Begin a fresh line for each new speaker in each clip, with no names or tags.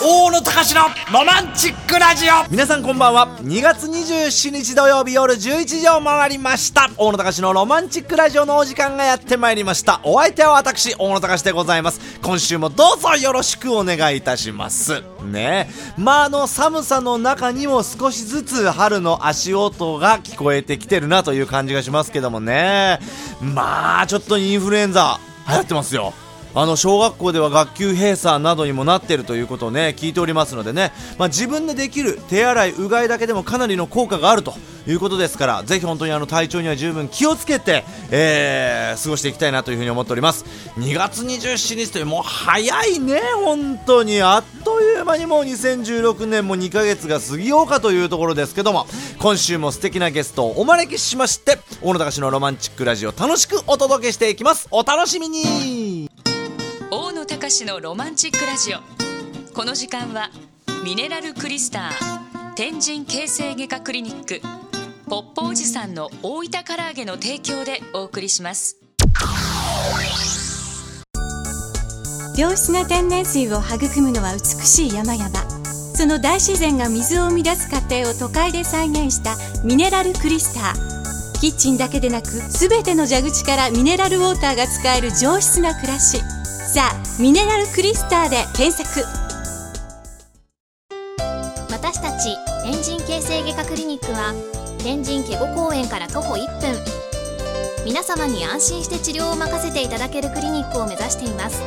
野隆のロマンチックラジオ
皆さんこんばんは2月27日土曜日夜11時を回りました大野隆のロマンチックラジオのお時間がやってまいりましたお相手は私大野隆でございます今週もどうぞよろしくお願いいたしますねえまああの寒さの中にも少しずつ春の足音が聞こえてきてるなという感じがしますけどもねまあちょっとインフルエンザ流行ってますよあの小学校では学級閉鎖などにもなっているということをね聞いておりますのでね、まあ、自分でできる手洗いうがいだけでもかなりの効果があるということですからぜひ本当にあの体調には十分気をつけて、えー過ごしていきたいなというふうに思っております2月27日というもう早いね本当にあっという間にもう2016年も2ヶ月が過ぎようかというところですけども今週も素敵なゲストをお招きしまして小野隆のロマンチックラジオ楽しくお届けしていきますお楽しみに
大野隆のロマンチックラジオこの時間はミネラルクリスター天神形成外科クリニックポッポおじさんの大分唐揚げの提供でお送りします
良質な天然水を育むのは美しい山々その大自然が水を生み出す過程を都会で再現したミネラルクリスターキッチンだけでなく全ての蛇口からミネラルウォーターが使える上質な暮らしさあ「ミネラルクリスター」で検索
私たち天神形成外科クリニックは天神ケゴ公園から徒歩1分皆様に安心して治療を任せていただけるクリニックを目指しています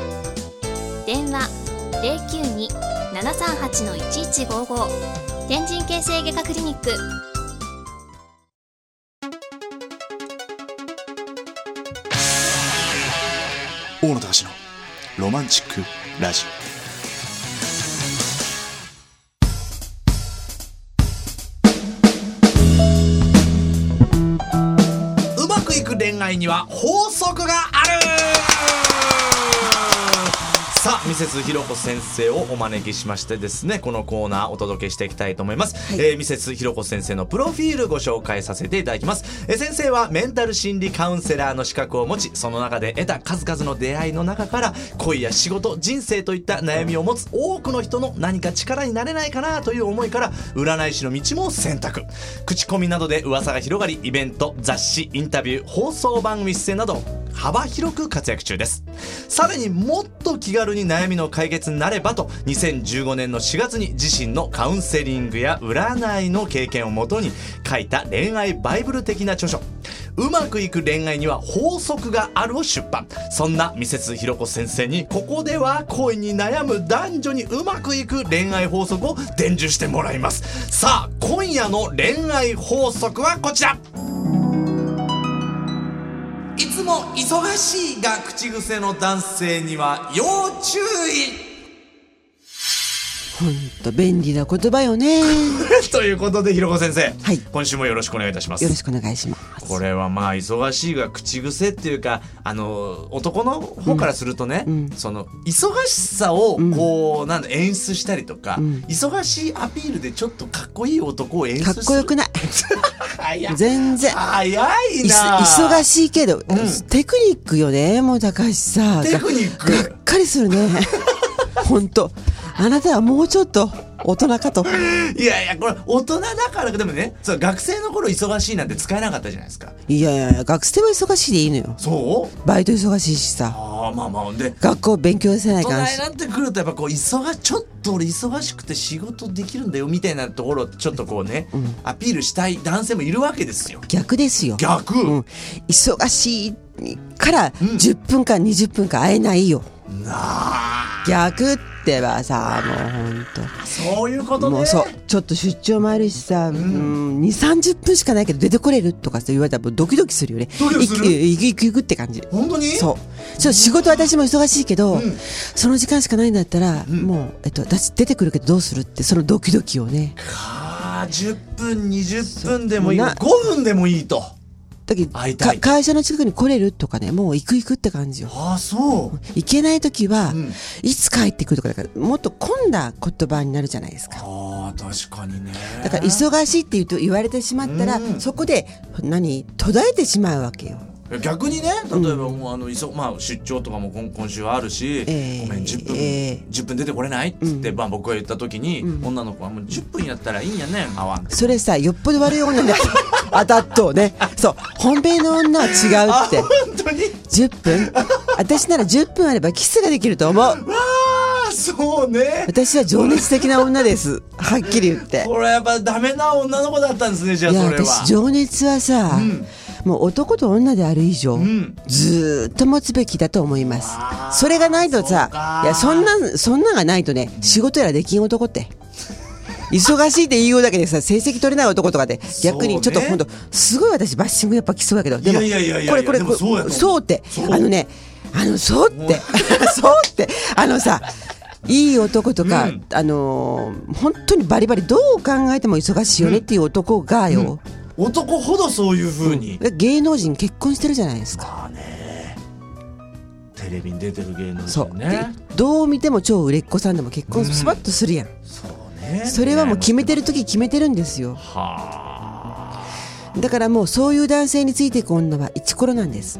電話092-738-1155天神形成外科クリニック
大野隆のロマンチックラジ
うまくいく恋愛には法則がある
さあミセスひろこ先生をお招きしましてですねこのコーナーお届けしていきたいと思います、えーミセスひろこ先生のプロフィールご紹介させていただきます、えー先生はメンタル心理カウンセラーの資格を持ちその中で得た数々の出会いの中から恋や仕事人生といった悩みを持つ多くの人の何か力になれないかなという思いから占い師の道も選択口コミなどで噂が広がりイベント雑誌インタビュー放送番組出演など幅広く活躍中ですさらにもっと気軽に悩みの解決になればと2015年の4月に自身のカウンセリングや占いの経験をもとに書いた恋愛バイブル的な著書「うまくいく恋愛には法則がある」を出版そんなミセスひろこ先生にここでは恋に悩む男女にうまくいく恋愛法則を伝授してもらいますさあ今夜の恋愛法則はこちらいつも忙しいが口癖の男性には要注意
ほんと便利な言葉 よね。
ということでひろこ先生、
はい
今週もよろしくお願いいたします
よろしくお願いします。
これはまあ忙しいが口癖っていうかあの男の方からするとね、
うん
その忙しさをこう、なんだ演出したりとか、忙しいアピールでちょっとかっこいい男を演出
か
す
っ
る
こよくない。
早い
全然。
早いない
そ忙
い
しいけど、テクニックよね、もう高橋さん。
テクニック
ががっかりするね。ほんと。あなたはもうちょっと大人かと。
いやいやこれ大人だからでもねそう学生の頃忙しいなんて使えなかったじゃないですか
いやいやいや、学生は忙しいでいいのよ。
そう
バイト忙しいしさ。
ああまあまあで
学校勉強せ
大
ない
人
か
に
んし。
なってくるとやっぱこう忙ちょっと俺忙しくて仕事できるんだよみたいなところちょっとこうね、アピールしたい男性もいるわけですよ
逆ですよ。
逆、
うん。忙しいから10分間、20分間会えないよ。
なあ
逆ってばさ、もうほんと。
そういうことね
もうそうちょっと出張もあるしさ、うん、2三3 0分しかないけど出てこれるとかさ言われたらもうドキドキするよね
ドキドキする
いいいくいくいくって感じ
本当に
そうちょっと仕事私も忙しいけど、
ん
その時間しかないんだったら、もう、えっと、私出てくるけどどうするってそのドキドキをね
ああ10分20分でもいい
そうな
5分でもいいと
だけど
会いたい
か会社の近くに来れるとかねもう行く行くって感じよ
ああそう
行けない時は、
ん
いつ帰ってくるとかだからもっと混んだ言葉になるじゃないですか
ああ確かにね
だから忙しいって言うと言われてしまったら、
うん
そこで何途絶えてしまうわけよ。
逆にね例えばもうあのいそまあ、出張とかも今今週はあるし「
ええ
ごめん10分、
ええ
10分出てこれない?」っつって、
うん
まあ、僕が言った時に、女の子は「もう10分やったらいいんやねんあわん」って
それさよっぽど悪い 女だあだっとねそう本命の女は違うって
本当に
10分私なら10分あればキスができると思う
わ あそうね
私は情熱的な女ですはっきり言って
これやっぱダメな女の子だったんですねじゃあ
いや
それ
私
は。
情熱はさ、もう男と女である以上、
ん
ずーっと持つべきだと思いますそれがないと
そう
さ
か
いやそんなんそんなんがないとね仕事やらできん男って忙しいって言いようだけでさ成績取れない男とかで逆にちょっと
そうね
今度すごい私バッシングやっぱ来そうだけどでも
いやいやいやいや
これこれ
でもそうやと思う
そうって
そう
あのねあのそうって そうってあのさいい男とか、
うん
あのー本当にバリバリどう考えても忙しいよねっていう男がよ、
男ほどそういう風に、
芸能人結婚してるじゃないですか。
テレビに出てる芸能
そ
人
う。
ね
でどう見ても超売れっ子さんでも結婚スパッとするやん。
そうね
それはもう決めてる時決めてるんですよ。だからもうそういう男性についていく女はイチコロなんです。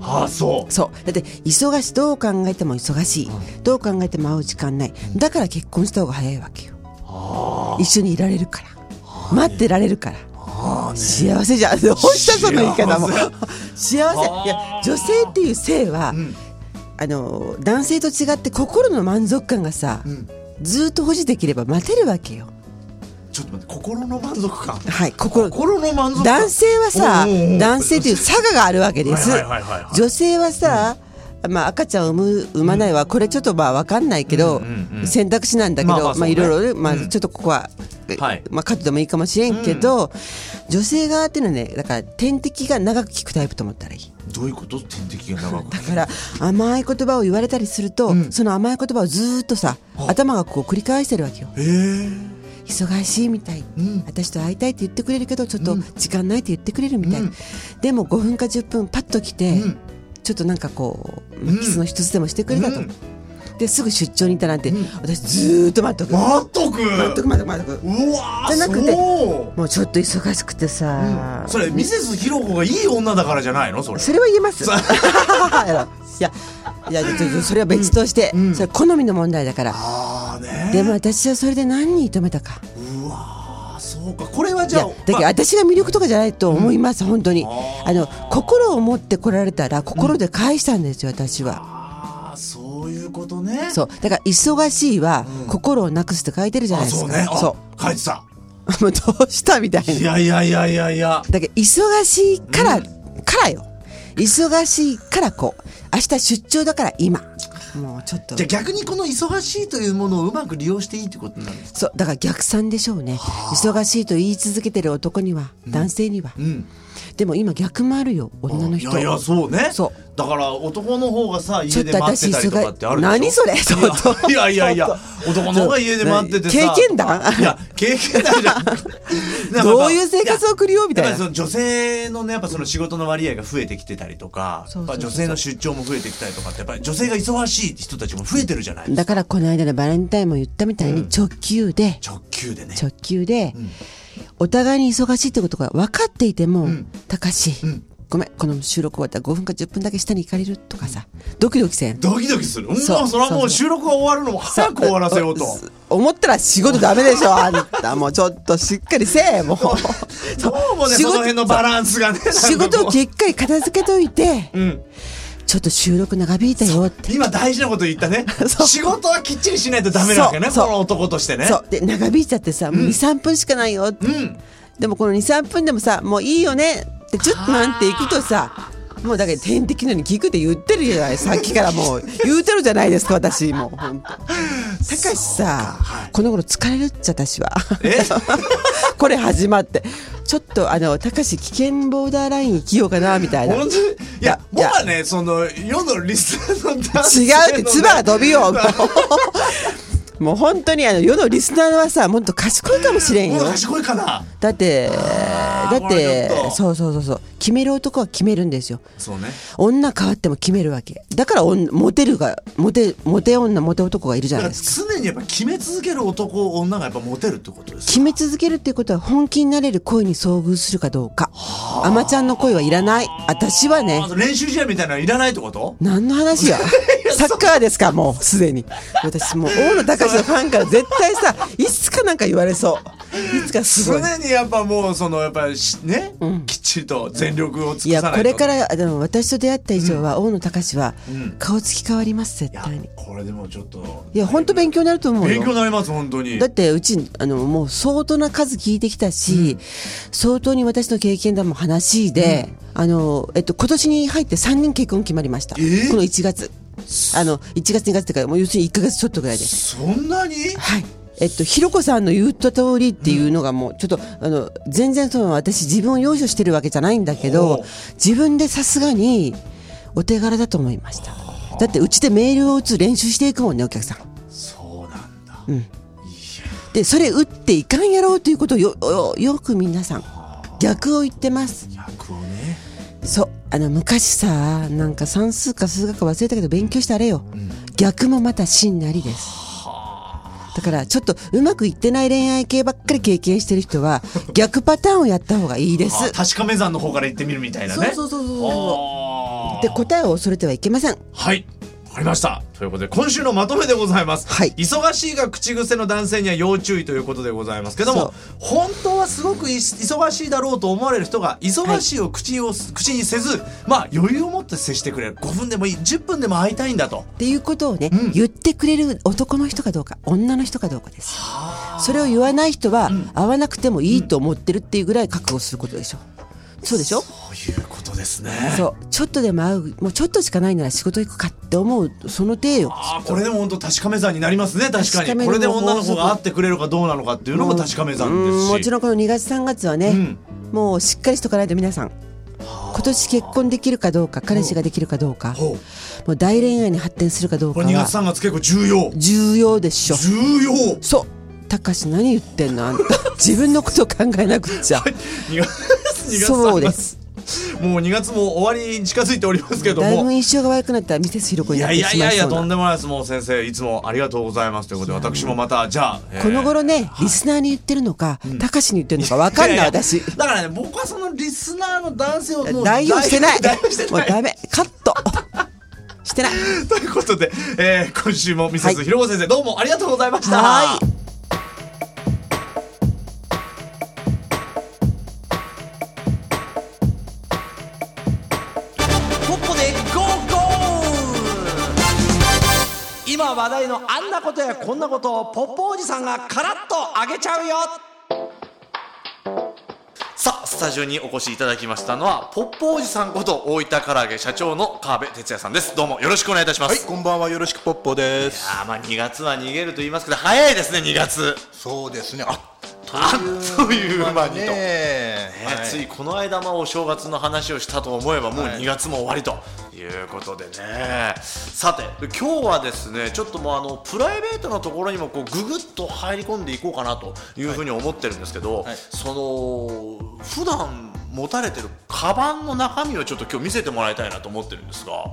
はあそ
そう。だって忙しいどう考えても忙しい。どう考えても会う時間ない。だから結婚した方が早いわけよ。一緒にいられるから。待ってられるから。幸せじゃん。どうしたその言い方も。幸せ。いや女性っていう性は、あの男性と違って心の満足感がさ、ずーっと保持できれば待てるわけよ。
うちょっと待って心の満足感
はい、心。
心の満足感
男性はさ
おうおうおう
男性という差ががあるわけです
はいはいはいはいはい
女性はさ、まあ、赤ちゃんを産む産まないはこれちょっとまあ分かんないけど、選択肢なんだけど、
まあま
ま
あ
あ
そうね
いろいろね、まあ、
うん
ちょっとここは、え
はい
まあ、カットでもいいかもしれんけど、女性側っていうのはねだから点滴が長く効くタイプと思ったらいい。
どういうこと点滴が 長く
だから甘い言葉を言われたりすると、その甘い言葉をずーっとさ頭がこう繰り返してるわけよ。
えー、
忙しいみたい、私と会いたいって言ってくれるけどちょっと時間ないって言ってくれるみたい、でも5分か10分パッと来て、ちょっとなんかこう、キスの一つでもしてくれたと、ですぐ出張に行ったなんて、私ずーっと待っとく、
待っとく
待っとく待っとく待っとく
うわー
じゃなくて
そう
もうちょっと忙しくてさ、
それミセスひろこがいい女だからじゃないのそれ
それは言えます いやいやちょっとそれは別として、それは好みの問題だから
ああね
でも私はそれで何に止めたか
あそうかこれはじ
い
ゃ
や
あ
だけど私が魅力とかじゃないと思います、本当にあの心を持ってこられたら心で返したんですよ、私は
あそういうことね
そうだから「忙しい」は「心をなくす」って書いてるじゃな
あ
いです
そう
か、
ねあ
そ
書いてた
う もうどうしたみたい
い
な
やいやいやいやいや
だけど忙しいから、からよ忙しいからこう明日出張だから今もうちょっと
じゃあ逆にこの忙しいというものをうまく利用していいってことなんです
そうだから逆算でしょうね忙しいと言い続けてる男には、男性には、
ん
でも今逆もあるよ女の人
いやいやそうね
そう
だから男の方がさ
ち
家
ょっ
で
と
待っ
私
てたりとかってあるでしょ
何それちょっと
いやいやいや男の方が家で待っててさ
経験談
いや経験談じ ゃん
どういう生活を送るよみたいな
やっぱりその女性のねやっぱその仕事の割合が増えてきてたりとか
そうそうそう
やっぱ女性の出張も増えてきたりとかってやっぱり女性が忙しい人たちも増えてるじゃない
だからこの間のバレンタインも言ったみたいに直球で、
直球でね
直球で、お互いに忙しいってことが分かっていても、高橋、ごめん、この収録終わったら5分か10分だけ下に行かれるとかさ、ドキドキせん。
ドキドキするうん
そう
もうそれはも
そうう
収録が終わるのも早く終わらせようと
さお思ったら仕事ダメでしょ、あんた。もうちょっとしっかりせえ、もう。
どうもね
仕
その
事
辺のバランスがねな
仕
んか
事
も
を
う
しっかり片付けといて、
ん
ちょっと収録長引いたよって。
今大事なこと言ったね
そう
仕事はきっちりしないとダメなわけねこ
そうそう
の男としてね
そう。で、長引いちゃってさ、もう2、3分しかないよって。
うん
でもこの23分でもさもういいよねってちょっとなんていくとさもうだけど点滴のように聞くって言ってるじゃないさっきからもう言うてるじゃないですか私もう本当たかしさ、この頃疲れるっちゃ私は
え
これ始まってちょっとあのたかし危険ボーダーライン生きようかなみたいな
本当にいや
いや
僕はねその世のリスナーの男性
違
のね
うって唾が飛びよう もう本当にあの世のリスナーはさもっと賢いかもしれん
もう
よ
賢いかな
だってだっ
これ
て
ちょっと
そうそうそうそう決める男は決めるんですよ
そうね
女変わっても決めるわけだからおんモテるがモテモテ女モテ男がいるじゃ
だ
な
か
い
ら
ですか
常にやっぱ決め続ける男女がやっぱモテるってことです
決め続けるっていうことは本気になれる恋に遭遇するかどうかあまちゃんの恋はいらない私はね
あと練習試合みたいなのいらないってこと
何の 話やサッカーですかもうすでに私もう大野隆のファンから絶対さいつかなんか言われそういつかすごい
常にやっぱもうそのやっぱりしね、きっちりと全力を尽
い
くさ
や
ないと
これからでも私と出会った以上は大野隆は
うん
顔つき変わります絶
いや
対に
これでもちょっと
いや本当勉強になると思うよ
勉強になります本当に
だってうちあのもう相当な数聞いてきたし、相当に私の経験談も話で、あのえっと今年に入って3人結婚決まりました、
ー
この1月あの1月2月ってかもう要するに1か月ちょっとぐらいで
そんなに
はいえっと、ひろこさんの言った通りっていうのがもうちょっと、あの全然その私自分を容赦してるわけじゃないんだけ
ほ
ど
う
自分でさすがにお手柄だと思いましただってうちでメールを打つ練習していくもんねお客さん
そうなんだ、
でそれ打っていかんやろうということをよよよく皆さん逆を言ってます
役をね
そうあの昔さなんか算数か数学か忘れたけど勉強してあれよ、逆もまた真なりですだからちょっとうまくいってない恋愛系ばっかり経験してる 人は逆パターンをやった方がいいです
あ確かめ算の方から行ってみるみたいなね
そうそうそうそう
そ
で答えを恐れてはいけません
はい。わかりました。ということで、今週のまとめでございます。
はい
忙しいが口癖の男性には要注意ということでございますけども、本当はすごくい忙しいだろうと思われる人が、忙しいを口を、口にせず、まあ余裕を持って接してくれる。5分でもいい、10分でも会いたいんだと。
っていうことをね、
うん
言ってくれる男の人かどうか女の人かどうかですそれを言わない人は、会わなくてもいいと思ってるっていうぐらい覚悟することでしょそうでしょ
ということですね。
そうちょっとでも会うもうちょっとしかないなら仕事行くかって思うその体よ
ああ、これでも本当確かめ算になりますね。確か
確かめ
に。
る
これで
方法
女の子が会ってくれるかどうなのかっていうのも確かめ算です
うん
し。
もちろんこの2月3月はね、
うん
もうしっかりしとかないと皆さん今年結婚できるかどうか彼氏ができるかどうか
ほう
もう大恋愛に発展するかどう
こ
か
れ2月
は
3月結構重要。
重要でしょ
重要
そうたかし何言ってんのあんた自分のことを考えなくっちゃ
2月2月
そうで
3
す
月もう2月も終わりに近づいておりますけど
だい
も
ぶ印象が悪くなったらミセスひろこ
い
にな
や
っ
い
て
や
し
い
ま
やい
い
や
そう
とん
な
でもないですもう先生いつもありがとうございますということで私もまたじゃあ、えー
この頃ねリスナーに言ってるのかたかしに言ってるのかわかんない
やや
私
だからね僕はそのリスナーの男性をもう
代用してない
代用して
もう
ない
ダメカットしてない
ということで、えー今週もミセスひろこ先生、どうもありがとうございました
は
ポッポでゴーゴー今話題のあんなことやこんなことをポッポおじさんがカラッとあげちゃうよ
さあスタジオにお越しいただきましたのはポッポおじさんこと大分唐揚げ社長の川辺哲也さんですどうもよろしくお願いいたしま
はい、
す、
こんばんは、よろしくポッポです。
あーまあ2月は逃げると言いますけど早いですね2月
そうですね、あっ
あっという間にと、
ね
ねついこの間まあお正月の話をしたと思えばもう2月も終わりということでね、さて今日はですねちょっともうあのプライベートのところにもこうぐぐっと入り込んでいこうかなというふうに思ってるんですけど、
はい
その普段持たれてるカバンの中身をちょっと今日見せてもらいたいなと思ってるんですが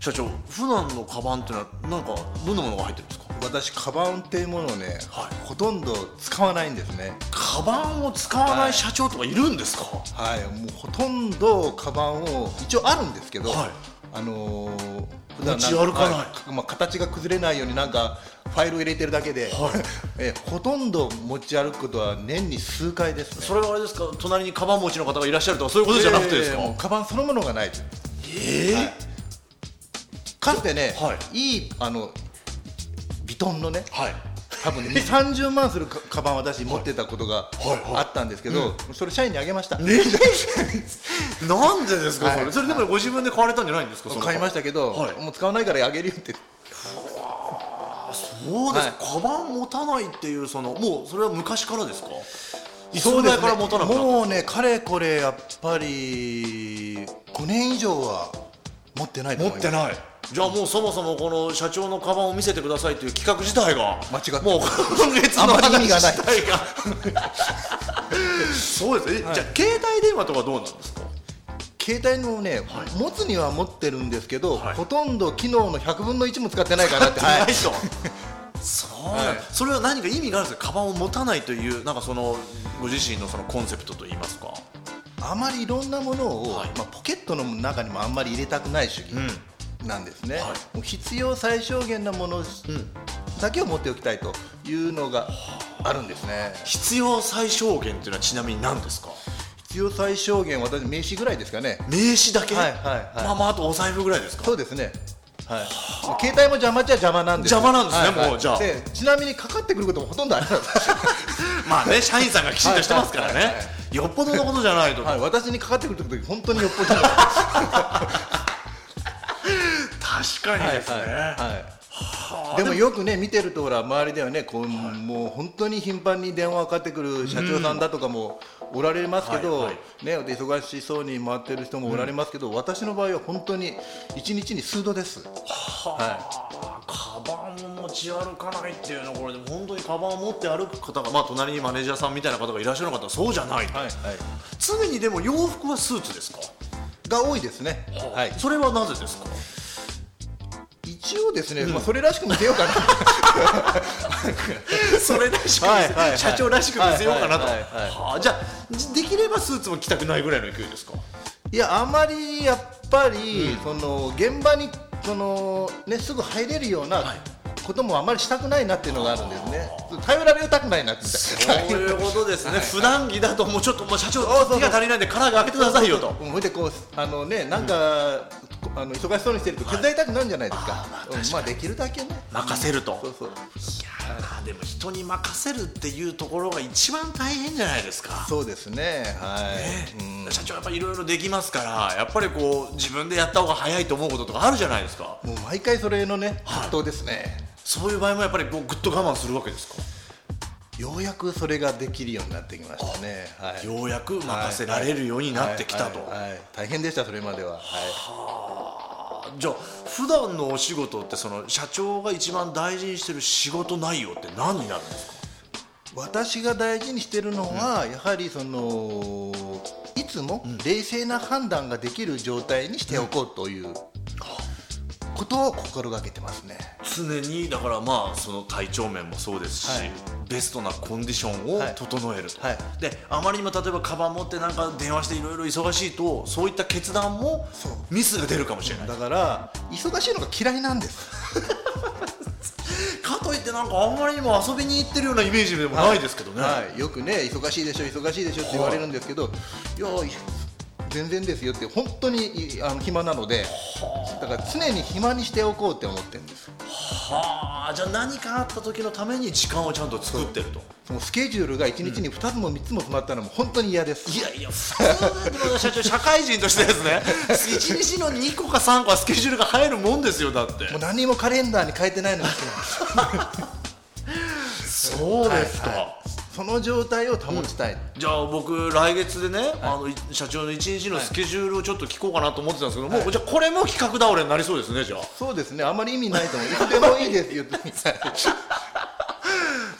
社長普段のカバンっていうのはなんかどんなものが入ってるんですか
私、カバンっていうものをね、
はい
ほとんど使わないんですね。
カバンを使わない社長とかいるんですか、
はい、もうほとんどカバンを一応あるんですけど、
はい
あのー、普ん
持ち歩かない
はいまあ形が崩れないようになんかファイルを入れてるだけで、 えほとんど持ち歩くことは年に数回です、ね。
それはあれですか隣にカバン持ちの方がいらっしゃるとかそういうことじゃなくてですか、
えーもうカバンそのものがないです。
ええ
はいかつてね、、
はい
いあのビトンのね、
はい
多分ね2 30万するかカバン私持ってたことが
はいはい
あったんですけど、それ社員にあげました、
なんでですかそれ、
はい
それでもご自分で買われたんじゃないんですかその
買いましたけど、
はい
もう使わないからあげるよって
そうです、
は
カバン持たないっていうそのもうそれは昔からですかいつ
そう
ぐ
で
らい
す
から持たなくなったん
もうねかれこれやっぱり5年以上は持ってないと
です
思ま
か持っ
す
てないじゃあもうそもそもこの社長のカバンを見せてくださいという企画自体が
間違ってる
もう今月の
あまり意味がない
話自体が そうですね、じゃあ携帯電話とかどうなんですか
携帯のね、持つには持ってるんですけど、ほとんど機能の100分の1も使ってないかなって、
ない
はい
と、そうなんだ、それは何か意味があるんですかカバンを持たないというなんかそのご自身のそのコンセプトといいますか
あまりいろんなものを、
はい
まあ、ポケットの中にもあんまり入れたくない主義なんですね、もう必要最小限なものだけを持っておきたいというのがあるんですね、
必要最小限というのはちなみに何ですか
必要最小限私名刺ぐらいですかね
名刺だけ、
はいはいはい
まあまああとお財布ぐらいですか
そうですね。はい。携帯も邪魔っちゃ邪魔なんですよ。
邪魔なんですねもうじゃあ
でちなみにかかってくることもほとんどありませ ん。
まあね社員さんがきちんとしてますから
はい
ね
はいはいは
よっぽどのことじゃないと、
はい。私にかかってくるとき本当によっぽど。
確かにですね、
はい。でもよくね見てるとほら周りではねこう、もう本当に頻繁に電話がかかってくる社長さんだとかもおられますけど、
はいはい
ねで忙しそうに回ってる人もおられますけど、私の場合は本当に一日に数度です。
カバンを持ち歩かないっていうのはこれでも本当にカバンを持って歩く方が、まあ、隣にマネージャーさんみたいな方がいらっしゃる方はそうじゃないと、
はいはい。
常にでも洋服はスーツですか、
が多いですね。はい。
それはなぜですか
一応ですね、まあそれらしく見せようか な。
それらしく、
はいはいはい
社長らしく見せようかなと、
は
は
は
い
いはいはい
あじゃあじできればスーツも着たくないぐらいの勢いですか
いやあまりやっぱり、その現場にそのねすぐ入れるようなこともあまりしたくないなっていうのがあるんですね。頼られたくないなって。
そういうことです ね、普段着だともうちょっともう社長手が足りないんでカラーが開けてくださいよと
うんほいでこうあのねなんか、こあの忙しそうにしてると手伝いたくなるんじゃないですか。うんまあできるだけね。
任せると、
そうそう
あーでも人に任せるっていうところが一番大変じゃないですか
そうですねはい。うん
社長やっぱいろいろできますからやっぱりこう自分でやった方が早いと思うこととかあるじゃないですか
もう毎回それのね葛藤ですね。
そういう場合もやっぱりこうぐっと我慢するわけですか、
ようやくそれができるようになってきましたね。はい。
ようやく任せられるようになってきたと、
はいはいはい大変でしたそれまでは。はい。
じゃあ普段のお仕事ってその社長が一番大事にしてる仕事内容って何になるんですか
私が大事にしてるのは、やはりそのいつも冷静な判断ができる状態にしておこうということを心がけてますね。
常にだからまあその体調面もそうですし、
はい
ベストなコンディションを
はい
整えると、
はい
であまりにも例えばカバン持ってなんか電話していろいろ忙しいとそういった決断も
そう
ミスが出るかもしれない
だから忙しいのが嫌いなんです。
かといってなんかあんまりにも遊びに行ってるようなイメージでもないですけどね、
はい、よくね忙しいでしょ忙しいでしょって言われるんですけど、いやいや全然ですよって本当にいあの暇なので、だから常に暇にしておこうって思ってるんです。
はあじゃあ何かあった時のために時間をちゃんと作ってると
そのスケジュールが1日に2つも3つも詰まったのも本当に嫌です。
いやいや普通の社長社会人としてですね一日の2個か3個はスケジュールが入るもんですよだって
もう何もカレンダーに変えてないのに
そうですか、
その状態を保ちたい、
じゃあ僕来月でね、あのい社長の一日のスケジュールをちょっと聞こうかなと思ってたんですけど、もうじゃあこれも企画倒れになりそうですねじゃあ
そうですねあまり意味ないと思ういつでもいいですよ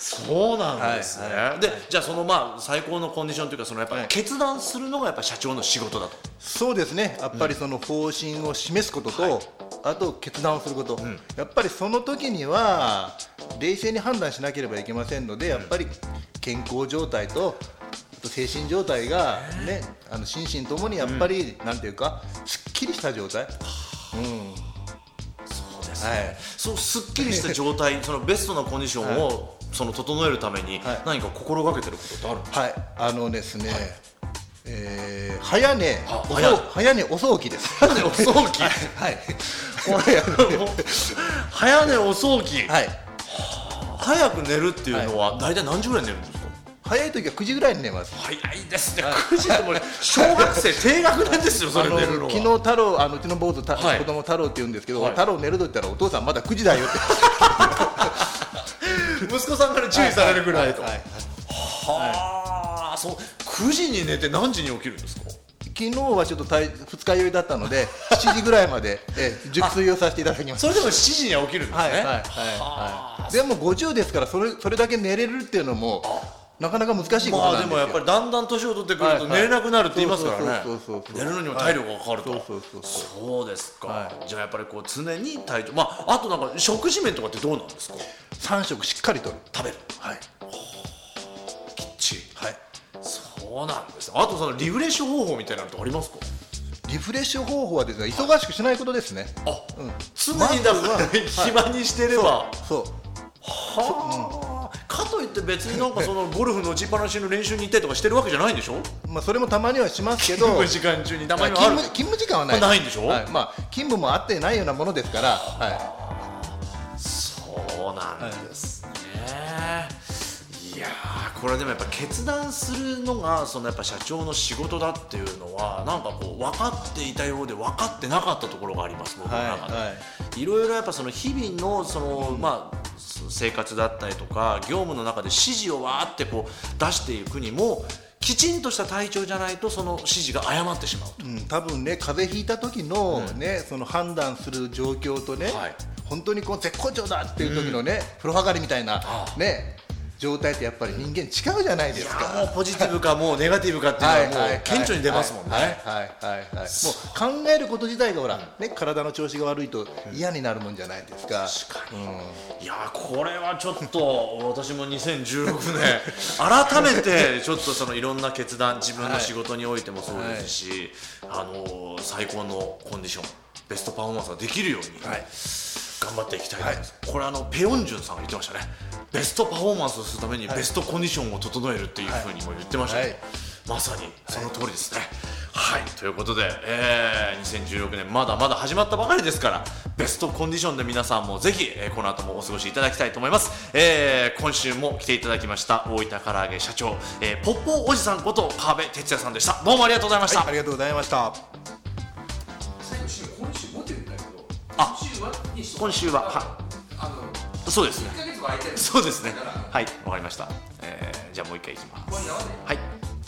そうなんですね、
はい
でじゃあそのまあ最高のコンディションというかそのやっぱ
は
り
い
決断するのがやっぱ社長の仕事だと、
そうですねやっぱりその方針を示すことと、あと決断をすること、やっぱりその時には冷静に判断しなければいけませんのでやっぱり健康状態とあと精神状態がね、あの心身ともにやっぱり、なんていうかすっきりした状態、
そうです
はい
そうすっきりした状態そのベストなコンディションをその整えるために
はい
何か心がけてることってあるんですか
はい、あのですね、えー早寝、
あ
お
早寝
そ早寝お早起きです。早
寝お早起き
はい、
もう早寝遅起き、
はい、
早く寝るっていうのは大体何時ぐらいに寝るんですか
早い時は9時ぐらいに寝ます。
早いですね、9時でも 小学生低学年ですよ、そ
あ
れ
の
寝るの
昨日
は。
太郎あのうちの坊主た、
はい
子供太郎って言うんですけど、
はい
太郎寝ると言ったらお父さんまだ9時だよって
息子さんから注意されるぐらいと。
は
はあ、そう9時に寝て何時に起きるんですか。
い、昨日はちょっと体二日酔いだったので 7時ぐらいまで、えー熟睡をさせていただきまし
それでも7時には起きるんです
たはいはい
ね。
はい、はい、でも50ですからそれそれだけ寝れるっていうのもなかなか難しいことなんですよ、
まあでもやっぱりだんだん年を取ってくると寝れなくなるって言いますからね
そうそうそうそう
寝るのにも体力がかかると、
はいそうそうそう
そうですか、じゃあやっぱりこう常に体調まああとなんか食事面とかってどうなんですか
3食しっかりとる
食べるはいきっちりはいそうなんですあとそのリフレッシュ方法みたいなのってありますか
リフレッシュ方法はですね忙しくしないことですね
あ、
うん
常にだから、
まずは
暇にしてれば、
そう
はあ、かといって別になんかそのゴルフの打ちっぱなしの練習に行ったりとかしてるわけじゃないんでしょ
まあ、それもたまにはしますけど
勤務 時間中にたまにはある
勤務勤務時間はない
まあないんでしょ
はいまあ、勤務もあってないようなものですから、は
そうなんですね、い、やーこれでもやっぱ決断するのがそのやっぱ社長の仕事だっていうのはなんかこう分かっていたようで分かってなかったところがあります僕の中で、
はいいは
ろいろやっぱその日々のその、まあそ生活だったりとか業務の中で指示をわーってこう出していくにもきちんとした体調じゃないとその指示が誤ってしまうと
いうん、多分ね風邪ひいた時のね、その判断する状況とね、
はい
本当にこう絶好調だっていう時のね、風呂上がりみたいなね状態ってやっぱり人間違うじゃないで
い
す
や
か。
ーもうポジティブかもうネガティブかって
はいいう
のはもう顕著に出ますもんね、
はいはいはいはいはいもう考えること自体がほら、ね、体の調子が悪いと嫌になるもんじゃないですか、
確かに、いやーこれはちょっと私も2016年改めてちょっとそのいろんな決断自分の仕事においてもそうですし、あのー最高のコンディションベストパフォーマンスができるように、頑張っていきたいと思います、これあのペヨンジュンさんが言ってましたねベストパフォーマンスをするためにベストコンディションを整えるっていうふうにも言ってましたけど、
はい
まさにその通りですね。はい、ということで、えー2016年まだまだ始まったばかりですからベストコンディションで皆さんもぜひ、えーこの後もお過ごしいただきたいと思います、えー今週も来ていただきました大分から揚げ社長、えーポッポおじさんこと川辺哲也さんでしたどうもありがとうございました、
はいありがとうございました。
あ今週ははいそうですねそうですねはいわかりました、えーじゃあもう一回いきますはい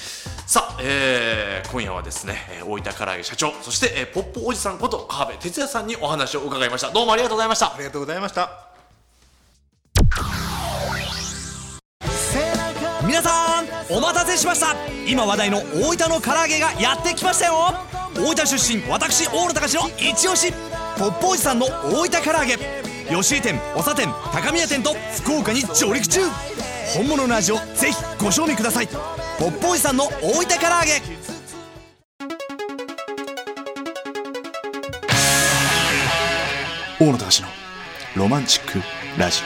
さあ、えー今夜はですねえー大分から揚げ社長そして、えーポッポおじさんこと川辺哲也さんにお話を伺いましたどうもありがとうございました
ありがとうございました。
皆さんお待たせしました今話題の大分の唐揚げがやってきましたよ大分出身私大野隆の一押しポッポおじさんの大分唐揚げ吉井店長田店高宮店と福岡に上陸中本物の味をぜひご賞味くださいポッポおじさんの大分唐揚げ
大野隆のロマンチックラジ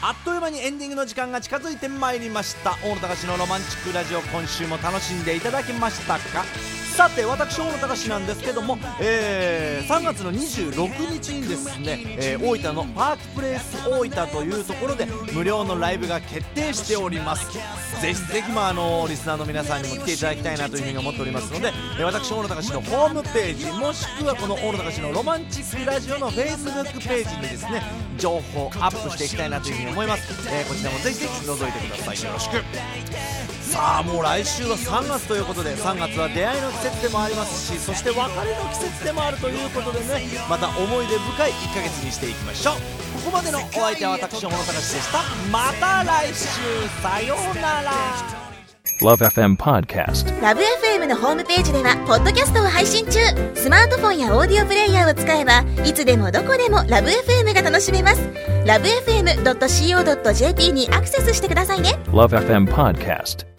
あっという間にエンディングの時間が近づいてまいりました大野隆のロマンチックラジオ今週も楽しんでいただけましたかさて私大野隆なんですけども、えー3月の26日にですね、えー大分のパークプレイス大分というところで無料のライブが決定しておりますぜひぜひまああのリスナーの皆さんにも来ていただきたいなというふうに思っておりますので、えー私大野隆のホームページもしくはこの大野隆のロマンチックラジオの Facebook ページにですね情報アップしていきたいなというふうに思います、えーこちらもぜひぜひ覗いてくださいよろしくさあもう来週は3月ということで3月は出会いの季節でもありますしそして別れの季節でもあるということでねまた思い出深い1ヶ月にしていきましょうここまでのお相手は私小野隆でしたまた来週さようなら
LoveFM Podcast.
ラブ f m のホームページではポッドキャストを配信中スマートフォンやオーディオプレイヤーを使えばいつでもどこでもラブ f m が楽しめますラブ FM.co.jp にアクセスしてくださいね
LoveFM Podcast.